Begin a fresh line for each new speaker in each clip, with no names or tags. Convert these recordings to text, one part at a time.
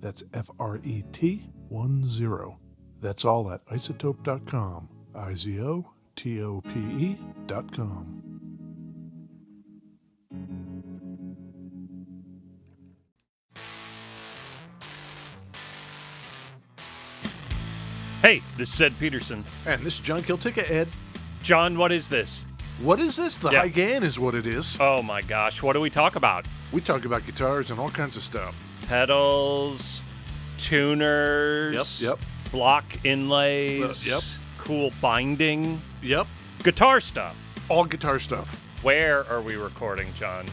That's F R E T 1 0. That's all at isotope.com. I Z O T O P E E.com.
Hey, this is Ed Peterson.
And this is John Kiltica, Ed.
John, what is this?
What is this? The
Yeah.
High Gain is what it is.
Oh my gosh, what do we talk about?
Uh, We talk about guitars and all kinds of stuff.
Pedals, tuners,
Yep,
block inlays,
Uh, yep.
cool binding,
Yep.
guitar stuff.
All guitar stuff.
Where are we recording, John?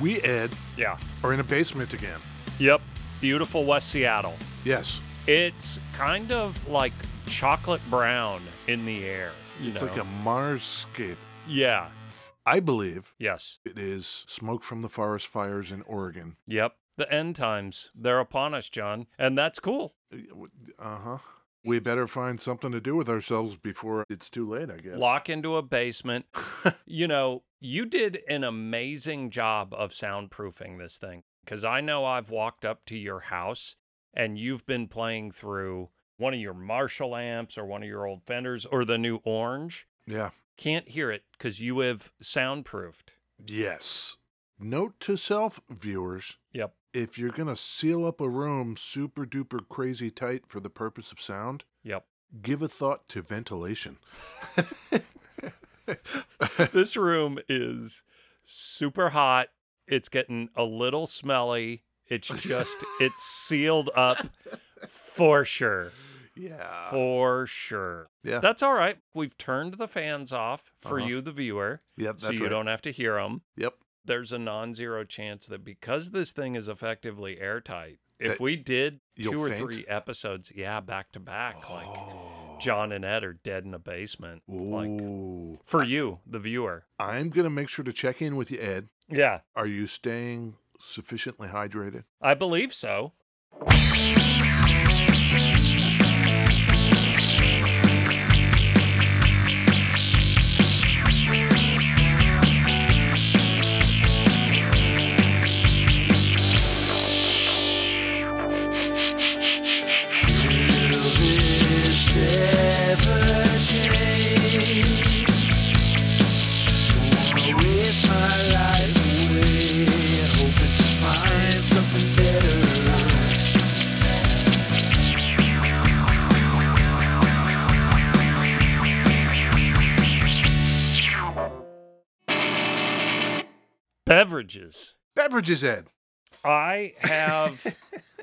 We, Ed,
Yeah.
are in a basement again.
Yep. Beautiful West Seattle.
Yes.
It's kind of like chocolate brown in the air. You
It's
know?
like a Marscape.
yeah.
I believe
Yes.
it is smoke from the forest fires in Oregon.
Yep. The end times. They're upon us, John. And that's cool.
Uh huh. We better find something to do with ourselves before it's too late, I guess.
lock into a basement. you know, you did an amazing job of soundproofing this thing because I know I've walked up to your house and you've been playing through one of your Marshall amps or one of your old Fenders or the new Orange.
Yeah.
Can't hear it because you have soundproofed.
Yes. Note to self, viewers
Yep.
if you're going to seal up a room super duper crazy tight for the purpose of sound,
Yep.
give a thought to ventilation.
this room is super hot. It's getting a little smelly. It's just, it's sealed up for sure.
Yeah.
For sure.
Yeah.
That's all right. We've turned the fans off for
Uh-huh.
you, the viewer,
yep. That's
so you
right.
don't have to hear them.
Yep.
There's a non zero chance that because this thing is effectively airtight, if
That
we did
you'll
two or
faint?
three episodes, yeah, back to back,
Oh.
like John and Ed are dead in a basement. Like
Ooh.
for you, the viewer.
I'm going to make sure to check in with you, Ed.
Yeah.
Are you staying sufficiently hydrated?
I believe so. Beverages.
Beverages, Ed.
I have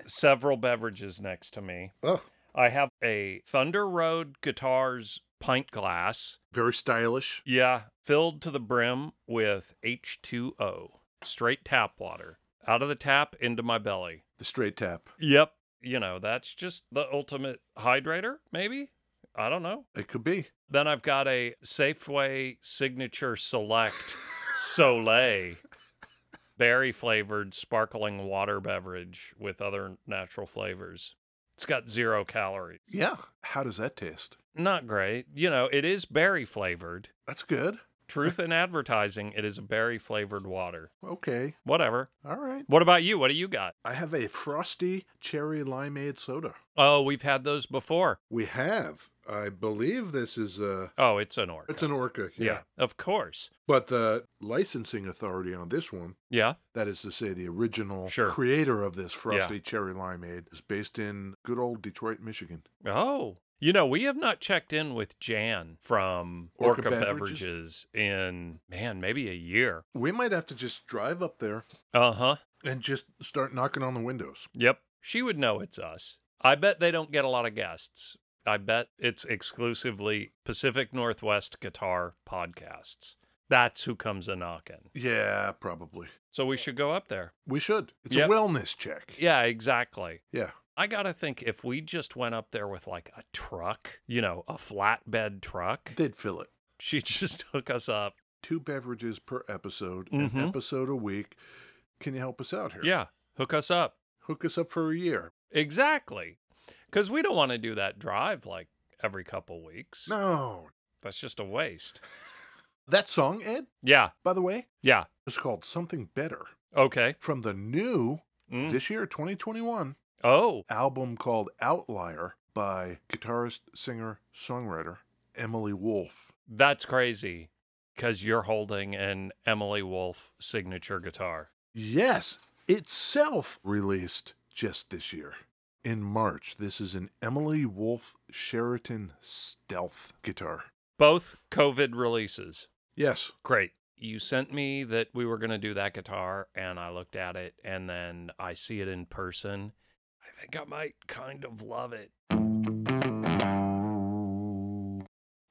several beverages next to me.
Oh,
I have a Thunder Road Guitars pint glass.
very stylish.
Yeah, filled to the brim with H2O, straight tap water, out of the tap into my belly.
The straight tap.
Yep. You know, that's just the ultimate hydrator, maybe? I don't know.
It could be.
Then I've got a Safeway Signature Select Soleil berry flavored sparkling water beverage with other natural flavors. It's got zero calories.
Yeah. How does that taste?
Not great. You know, it is berry flavored.
That's good.
Truth in advertising, it is a berry flavored water.
Okay.
Whatever.
All right.
What about you? What do you got?
I have a frosty cherry limeade soda.
Oh, we've had those before.
We have. I believe this is a.
Oh, it's an orc.
It's an orca. Yeah.
Of course.
But the licensing authority on this one,
Yeah.
that is to say, the original
Sure.
creator of this frosty cherry limeade, is based in good old Detroit, Michigan.
Oh. You know, we have not checked in with Jan from Orca,
Orca
Beverages
Beverages?
in, man, maybe a year.
We might have to just drive up there
Uh huh.
and just start knocking on the windows.
Yep. She would know it's us. I bet they don't get a lot of guests. I bet it's exclusively Pacific Northwest guitar podcasts. That's who comes a knocking.
Yeah, probably.
So we should go up there.
We should. It's
Yep.
a wellness check.
Yeah, exactly.
Yeah.
I got to think if we just went up there with like a truck, you know, a flatbed truck,
They'd fill it.
she'd just hook us up.
Two beverages per episode,
Mhm.
an episode a week. Can you help us out here?
Yeah, hook us up.
Hook us up for a year.
Exactly. Because we don't want to do that drive like every couple weeks.
No.
That's just a waste.
That song, Ed,
Yeah.
by the way,
Yeah.
is called Something Better
Okay.
from the new,
Mm.
this year, 2021,
Oh,
album called Outlier by guitarist, singer, songwriter Emily Wolf.
that's crazy. Because you're holding an Emily Wolf signature guitar.
Yes, itself released just this year. In March, this is an Emily Wolf Sheraton Stealth guitar.
Both COVID releases.
Yes.
Great. You sent me that we were going to do that guitar, and I looked at it, and then I see it in person. I think I might kind of love it.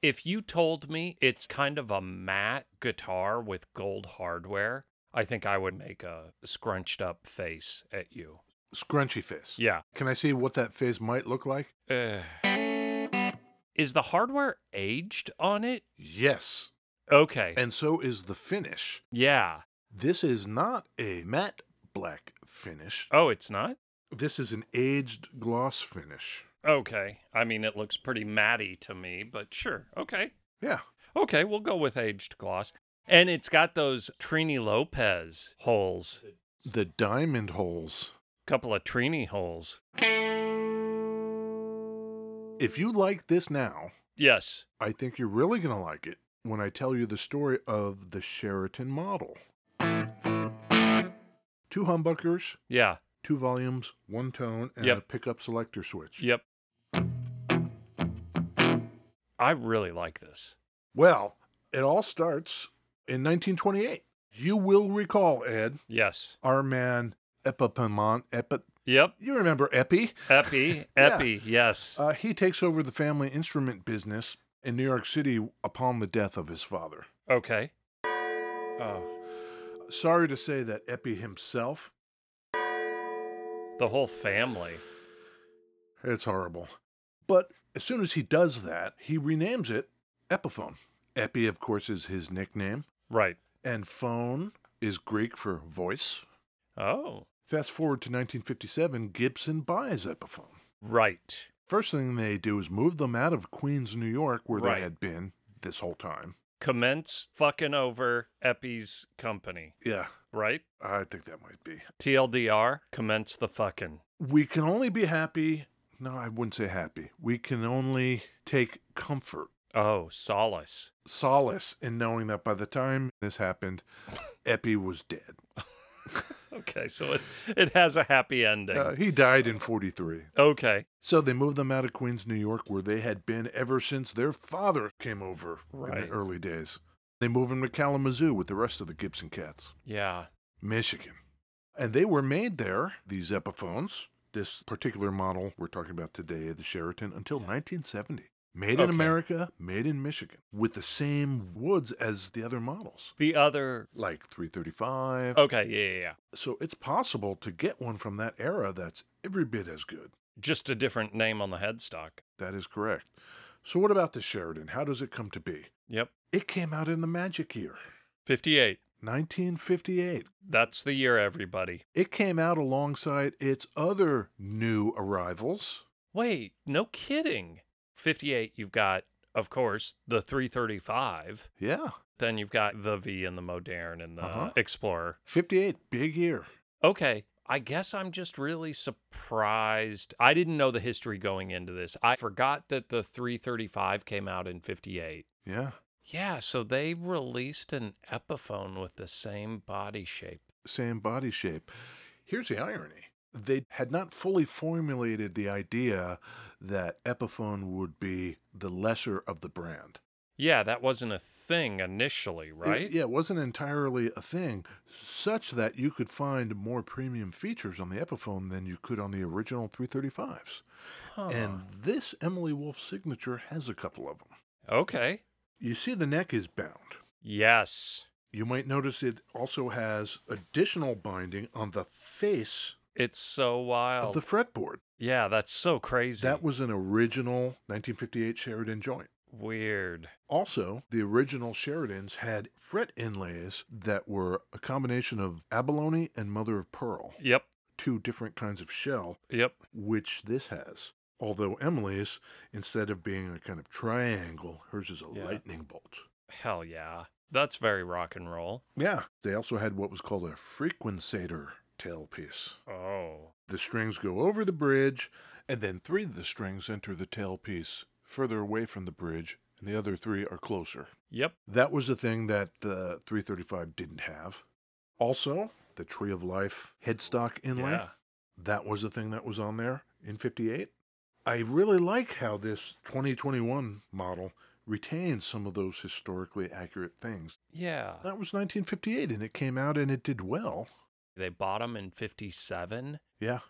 If you told me it's kind of a matte guitar with gold hardware, I think I would make a scrunched up face at you.
Scrunchy face.
Yeah.
Can I see what that face might look like?
Ugh. Is the hardware aged on it?
Yes.
Okay.
And so is the finish.
yeah.
This is not a matte black finish.
Oh, it's not?
This is an aged gloss finish.
Okay. I mean, it looks pretty matty to me, but sure. Okay.
Yeah.
Okay, we'll go with aged gloss. And it's got those Trini Lopez holes,
The diamond holes.
couple of Trini holes.
If you like this now,
Yes.
I think you're really going to like it when I tell you the story of the Sheraton model. Two humbuckers,
Yeah.
two volumes, one tone, and a
Yep.
pickup selector switch.
Yep. I really like this.
Well, it all starts in 1928. You will recall, Ed,
Yes.
our man Epipamon. Epi,
Yep.
you remember Epi?
Epi.
Yeah.
Epi. Yes.
Uh, he takes over the family instrument business in New York City upon the death of his father.
Okay. Oh,
Ah. Sorry to say that Epi himself,
the whole family.
it's horrible. But as soon as he does that, he renames it Epiphone. Epi, of course, is his nickname,
Right.
and phone is Greek for voice.
Oh,
Fast forward to 1957, Gibson buys Epiphone.
right.
First thing they do is move them out of Queens, New York, where
Right.
they had been this whole time.
Commence fucking over Epi's company,
Yeah,
right?
I think that might be.
TLDR, commence the fucking.
We can only be happy. No, I wouldn't say happy. We can only take comfort,
Oh, solace.
solace in knowing that by the time this happened, Epi was dead.
Okay, so it, it has a happy ending.
Uh, he died in 43.
okay,
So they moved them out of Queens, New York, where they had been ever since their father came over in
Right.
the early days. They moved them to Kalamazoo with the rest of the Gibson cats.
yeah.
Michigan. And they were made there, these Epiphones, this particular model we're talking about today, the Sheraton, until 1970. Made in
Okay.
America, made in Michigan, with the same woods as the other models,
The other.
like 335.
Okay, yeah, yeah, yeah.
So it's possible to get one from that era that's every bit as good.
Just a different name on the headstock.
That is correct. So, what about the Sheraton? How does it come to be?
Yep.
It came out in the magic year,
58.
1958.
That's the year, everybody.
It came out alongside its other new arrivals,
Wait, no kidding. 58, you've got, of course, the 335.
Yeah.
Then you've got the V and the Modern and the
Uh-huh.
Explorer.
58, big year.
Okay. I guess I'm just really surprised. I didn't know the history going into this. I forgot that the 335 came out in 58.
Yeah.
Yeah, so they released an Epiphone with the same body shape.
Same body shape. Here's the irony they had not fully formulated the idea that Epiphone would be the lesser of the brand.
Yeah, that wasn't a thing initially,
It-
right?
yeah, it wasn't entirely a thing, such that you could find more premium features on the Epiphone than you could on the original 335s.
Huh.
And this Emily Wolf signature has a couple of them.
Okay.
You see, the neck is bound.
Yes.
You might notice it also has additional binding on the face
It's so
of
wild.
the fretboard.
yeah, that's so crazy.
That was an original 1958 Sheridan joint.
weird.
Also, the original Sheridans had fret inlays that were a combination of abalone and mother of pearl.
Yep.
two different kinds of shell,
Yep.
which this has. Although Emily's, instead of being a kind of triangle, hers is a
Yeah.
lightning bolt.
Hell yeah. That's very rock and roll.
Yeah. They also had what was called a frequencator tailpiece.
Oh.
The strings go over the bridge, and then three of the strings enter the tailpiece further away from the bridge, and the other three are closer.
Yep.
That was a thing that the 335 didn't have. Also, the Tree of Life headstock inlay.
Yeah.
That was the thing that was on there in 58. I really like how this 2021 model retains some of those historically accurate things.
Yeah.
That was 1958 and it came out and it did well.
They bought them in 57.
Yeah.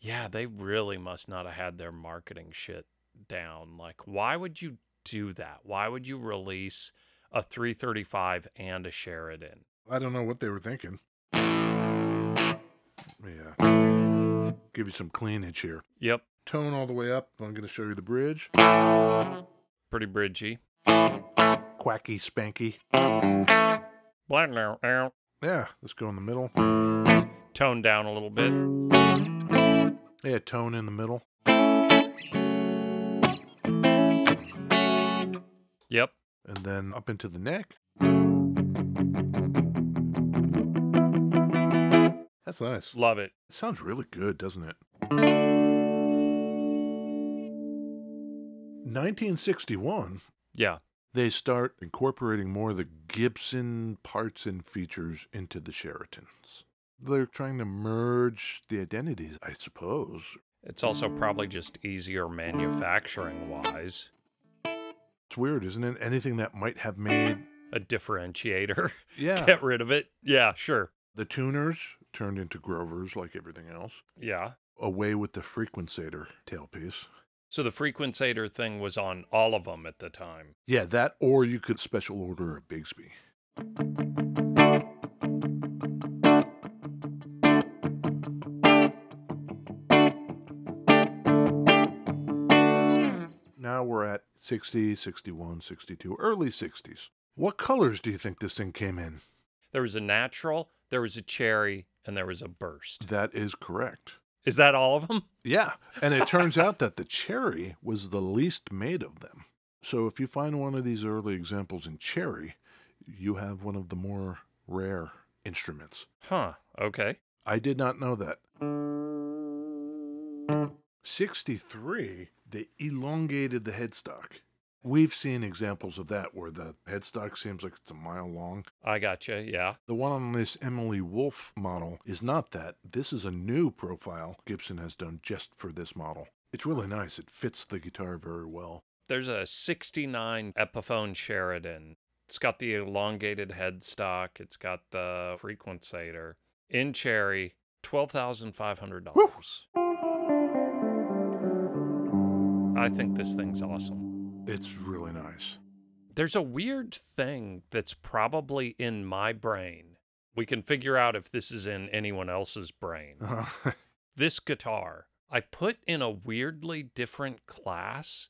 Yeah, they really must not have had their marketing shit down. Like, why would you do that? Why would you release a 335 and a Sheridan?
I don't know what they were thinking. Yeah. uh, Give you some cleanage here.
Yep.
Tone all the way up. I'm going to show you the bridge.
Pretty bridgy.
Quacky, spanky.
Toned
Yeah, let's go in the middle.
down a little bit.
Yeah, tone in the middle.
Yep.
and then up into the neck. That's nice.
Love it.
It sounds really good, doesn't it? 1961,
Yeah.
they start incorporating more of the Gibson parts and features into the Sheratons. They're trying to merge the identities, I suppose.
It's also probably just easier manufacturing wise.
It's weird, isn't it? Anything that might have made.
A differentiator.
Yeah.
Get rid of it. Yeah, sure.
The tuners turned into Grovers like everything else.
Yeah.
away with the frequencator tailpiece.
So the frequencator thing was on all of them at the time.
Yeah, that or you could special order a Bigsby. Now we're at 60, 61, 62, early 60s. What colors do you think this thing came in?
There was a natural, there was a cherry, and there was a burst.
That is correct.
Is that all of them?
Yeah. And it turns out that the cherry was the least made of them. So if you find one of these early examples in cherry, you have one of the more rare instruments.
Huh. Okay.
I did not know that. 63, they elongated the headstock. We've seen examples of that where the headstock seems like it's a mile long.
I gotcha. Yeah.
The one on this Emily Wolf model is not that. This is a new profile Gibson has done just for this model. It's really nice. It fits the guitar very well.
There's a 69 Epiphone Sheridan. It's got the elongated headstock, it's got the frequencator. In cherry, $12,500. I think this thing's awesome.
It's really nice.
There's a weird thing that's probably in my brain. We can figure out if this is in anyone else's brain.
Uh-huh.
this guitar I put in a weirdly different class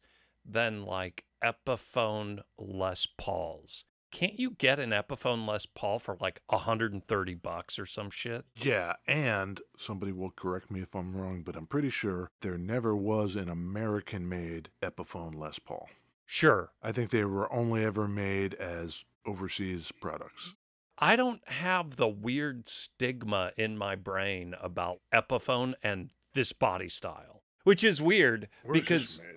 than like Epiphone Les Pauls. can't you get an Epiphone Les Paul for like 130 bucks or some shit?
Yeah, and somebody will correct me if I'm wrong, but I'm pretty sure there never was an American made Epiphone Les Paul.
Sure.
I think they were only ever made as overseas products.
I don't have the weird stigma in my brain about Epiphone and this body style, which is weird
Where is
because
this made?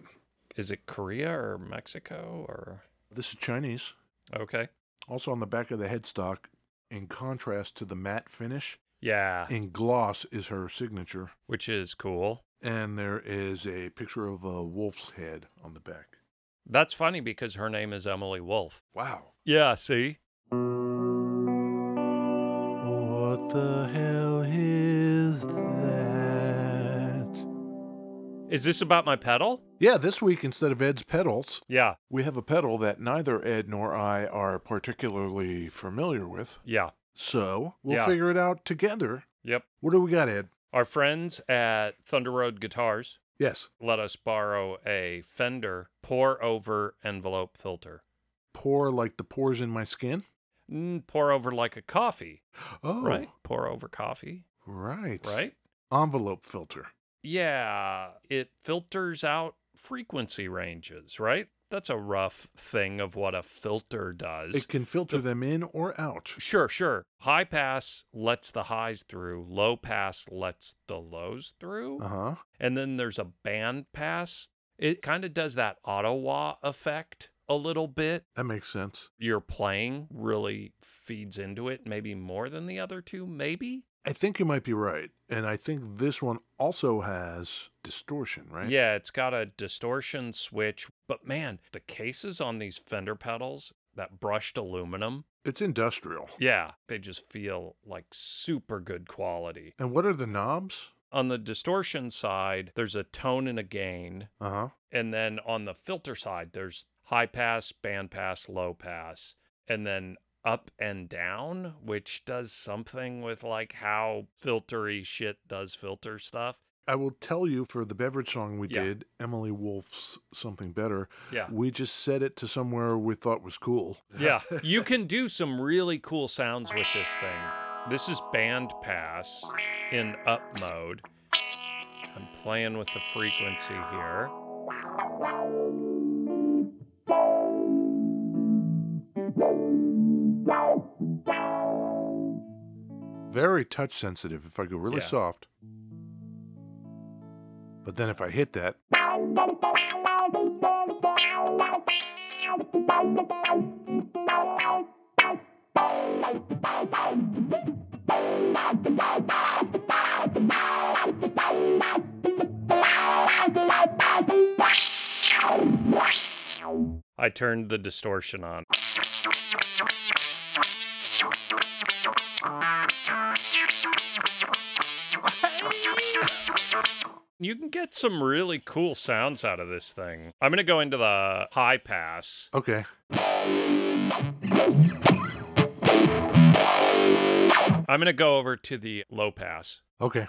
is it Korea or Mexico or
This is Chinese.
okay?
Also on the back of the headstock, in contrast to the matte finish,
Yeah,
in gloss is her signature,
which is cool.
and there is a picture of a wolf's head on the back.
That's funny because her name is Emily Wolf.
Wow.
Yeah, see?
What the hell is that?
Is this about my pedal?
Yeah, this week instead of Ed's pedals,
Yeah,
we have a pedal that neither Ed nor I are particularly familiar with.
yeah,
So we'll
Yeah.
figure it out together.
yep.
What do we got, Ed?
Our friends at Thunder Road Guitars
Yes.
let us borrow a Fender pour over envelope filter.
Pour like the pores in my skin.
Mm, pour over like a coffee,
Oh,
right? Pour over coffee,
Right.
right?
Envelope filter.
Yeah, it filters out frequency ranges, right? That's a rough thing of what a filter does.
It can filter
the-
them in or out.
Sure, sure. High pass lets the highs through, low pass lets the lows through.
Uh huh.
And then there's a band pass. It kind of does that Ottawa effect a little bit.
That makes sense.
Your playing really feeds into it, maybe more than the other two, maybe.
I think you might be right. And I think this one also has distortion, right?
Yeah, it's got a distortion switch, but man, the cases on these fender pedals, that brushed aluminum,
It's industrial.
yeah, they just feel like super good quality.
And what are the knobs?
On the distortion side, there's a tone and a gain.
Uh huh.
And then on the filter side, there's high pass, band pass, low pass, and then up and down, which does something with like how filtery shit does filter stuff.
I will tell you for the beverage song we
Yeah.
did, Emily Wolf's Something Better,
Yeah.
we just set it to somewhere we thought was cool.
Yeah. You can do some really cool sounds with this thing. This is band pass in up mode. I'm playing with the frequency here.
Very touch sensitive if I go really
Yeah.
soft. But then if I hit that,
I turned the distortion on. You can get some really cool sounds out of this thing. I'm going to go into the high pass.
okay.
I'm going to go over to the low pass.
Okay.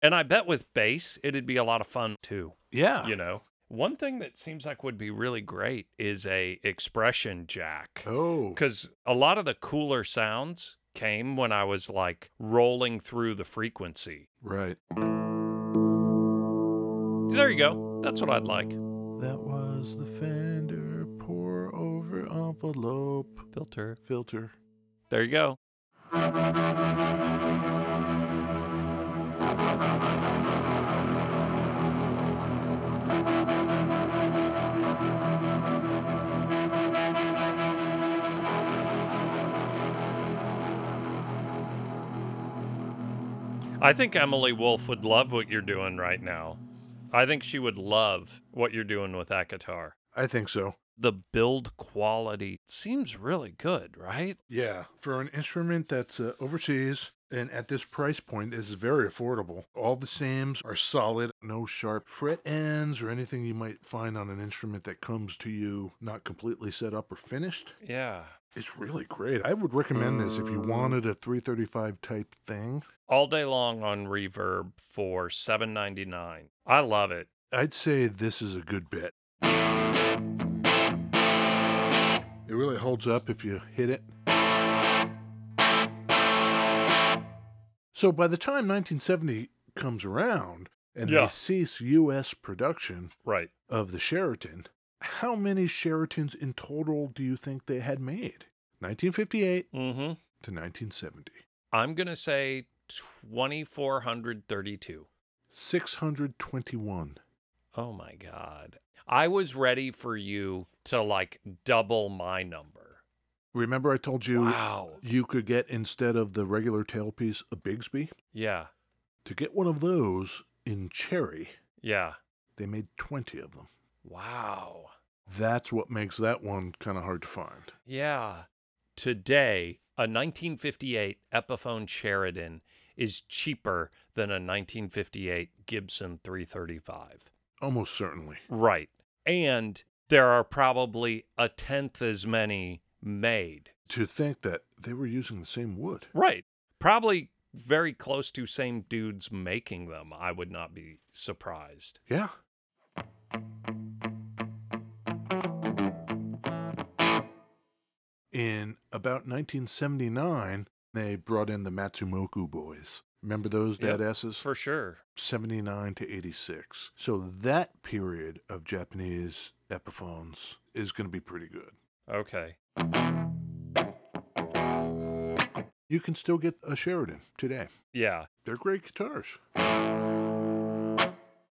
And I bet with bass, it'd be a lot of fun too,
Yeah.
you know. One thing that seems like would be really great is a expression jack.
Oh.
Cuz a lot of the cooler sounds came when I was like rolling through the frequency.
Right.
There you go. That's what I'd like.
That was the Fender pour over envelope
Filter.
filter.
There you go. I think Emily Wolf would love what you're doing right now. I think she would love what you're doing with that guitar.
I think so.
The build quality seems really good, right?
Yeah. For an instrument that's uh, overseas and at this price point is very affordable. All the Sams are solid, no sharp fret ends or anything you might find on an instrument that comes to you not completely set up or finished.
Yeah.
It's really great. I would recommend this if you wanted a 335 type thing.
all day long on reverb for 7.99 i love it
I'd say this is a good bet. It really holds up if you hit it. So by the time 1970 comes around and
Yeah.
they cease U.S. production
Right.
of the Sheraton, how many Sheratons in total do you think they had made? 1958
Mm-hmm.
to 1970.
I'm gonna say twenty four hundred thirty two.
621.
Oh my god. I was ready for you to like double my number.
Remember, I told you
Wow.
you could get instead of the regular tailpiece a Bigsby?
Yeah.
To get one of those in cherry,
Yeah.
they made 20 of them.
Wow.
That's what makes that one kind of hard to find.
Yeah. Today, a 1958 Epiphone Sheridan is cheaper than a 1958 Gibson 335.
Almost certainly.
Right. And there are probably a tenth as many made.
To think that they were using the same wood.
Right. Probably very close to same dudes making them. I would not be surprised.
Yeah. In about 1979, they brought in the Matsumoku boys. Remember those
Yep,
badasses?
For sure.
79 to 86. So that period of Japanese Epiphones is going to be pretty good.
Okay.
You can still get a Sheridan today.
Yeah.
They're great guitars.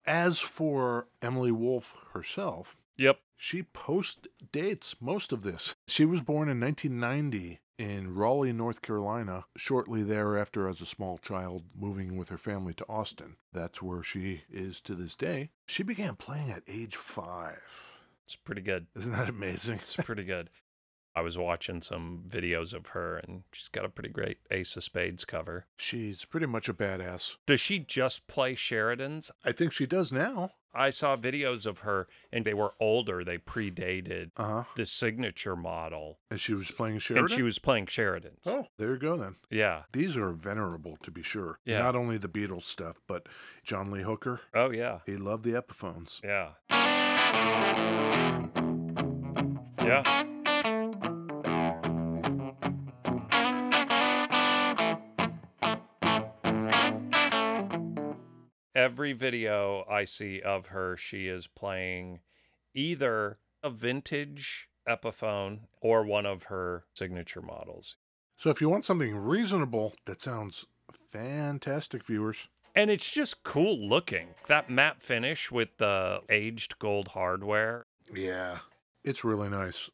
As for Emily Wolfe herself,
Yep.
she post dates most of this. She was born in 1990 in Raleigh, North Carolina, shortly thereafter as a small child, moving with her family to Austin. That's where she is to this day. She began playing at age five.
It's pretty good.
Isn't that amazing?
It's pretty good. I was watching some videos of her and she's got a pretty great Ace of Spades cover.
She's pretty much a badass.
Does she just play Sheridans?
I think she does now.
I saw videos of her and they were older. They predated
Uh huh.
the signature model.
And she was playing Sheridan.
And she was playing Sheridans.
Oh, there you go then.
Yeah.
These are venerable to be sure.
Yeah.
Not only the Beatles stuff, but John Lee Hooker.
Oh, yeah.
He loved the Epiphones.
Yeah. Yeah. Every video I see of her, she is playing either a vintage Epiphone or one of her signature models.
So if you want something reasonable, that sounds fantastic, viewers.
And it's just cool looking. That matte finish with the aged gold hardware.
Yeah. It's really nice.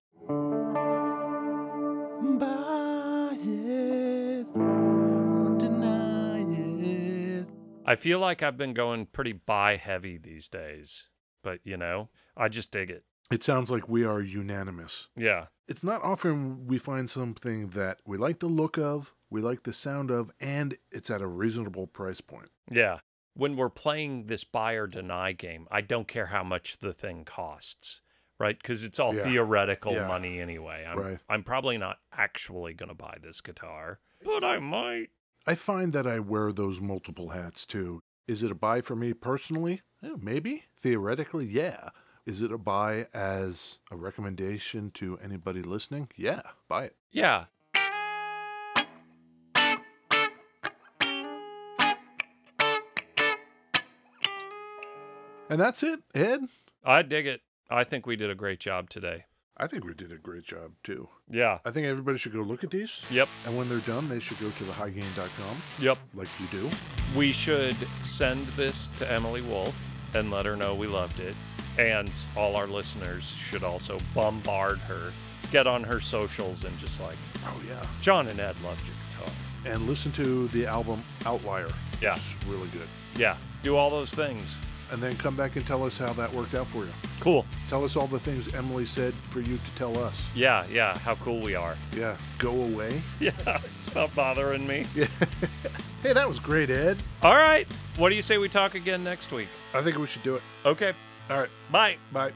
I feel like I've been going pretty buy heavy these days, but you know, I just dig it.
It sounds like we are unanimous.
Yeah.
It's not often we find something that we like the look of, we like the sound of, and it's at a reasonable price point.
Yeah. When we're playing this buy or deny game, I don't care how much the thing costs, right? Because it's all
Yeah.
theoretical
Yeah.
money anyway. I'm,
Right.
I'm probably not actually going to buy this guitar, but I might.
I find that I wear those multiple hats too. Is it a buy for me personally? Eh, Maybe. Theoretically, yeah. Is it a buy as a recommendation to anybody listening? Yeah, buy it.
Yeah.
And that's it, Ed.
I dig it. I think we did a great job today.
I think we did a great job too.
Yeah.
I think everybody should go look at these.
Yep.
And when they're done, they should go to thehighgain.com
Yep.
like you do.
We should send this to Emily Wolf and let her know we loved it. And all our listeners should also bombard her, get on her socials, and just like,
Oh, yeah.
John and Ed loved your guitar.
And listen to the album Outlier.
Yeah.
It's really good.
Yeah, do all those things.
And then come back and tell us how that worked out for you.
Cool.
Tell us all the things Emily said for you to tell us.
Yeah, yeah, how cool we are.
Yeah, go away.
Yeah, stop bothering me.
Hey, that was great, Ed.
All right, what do you say we talk again next week?
I think we should do it.
Okay,
All right,
bye.
bye.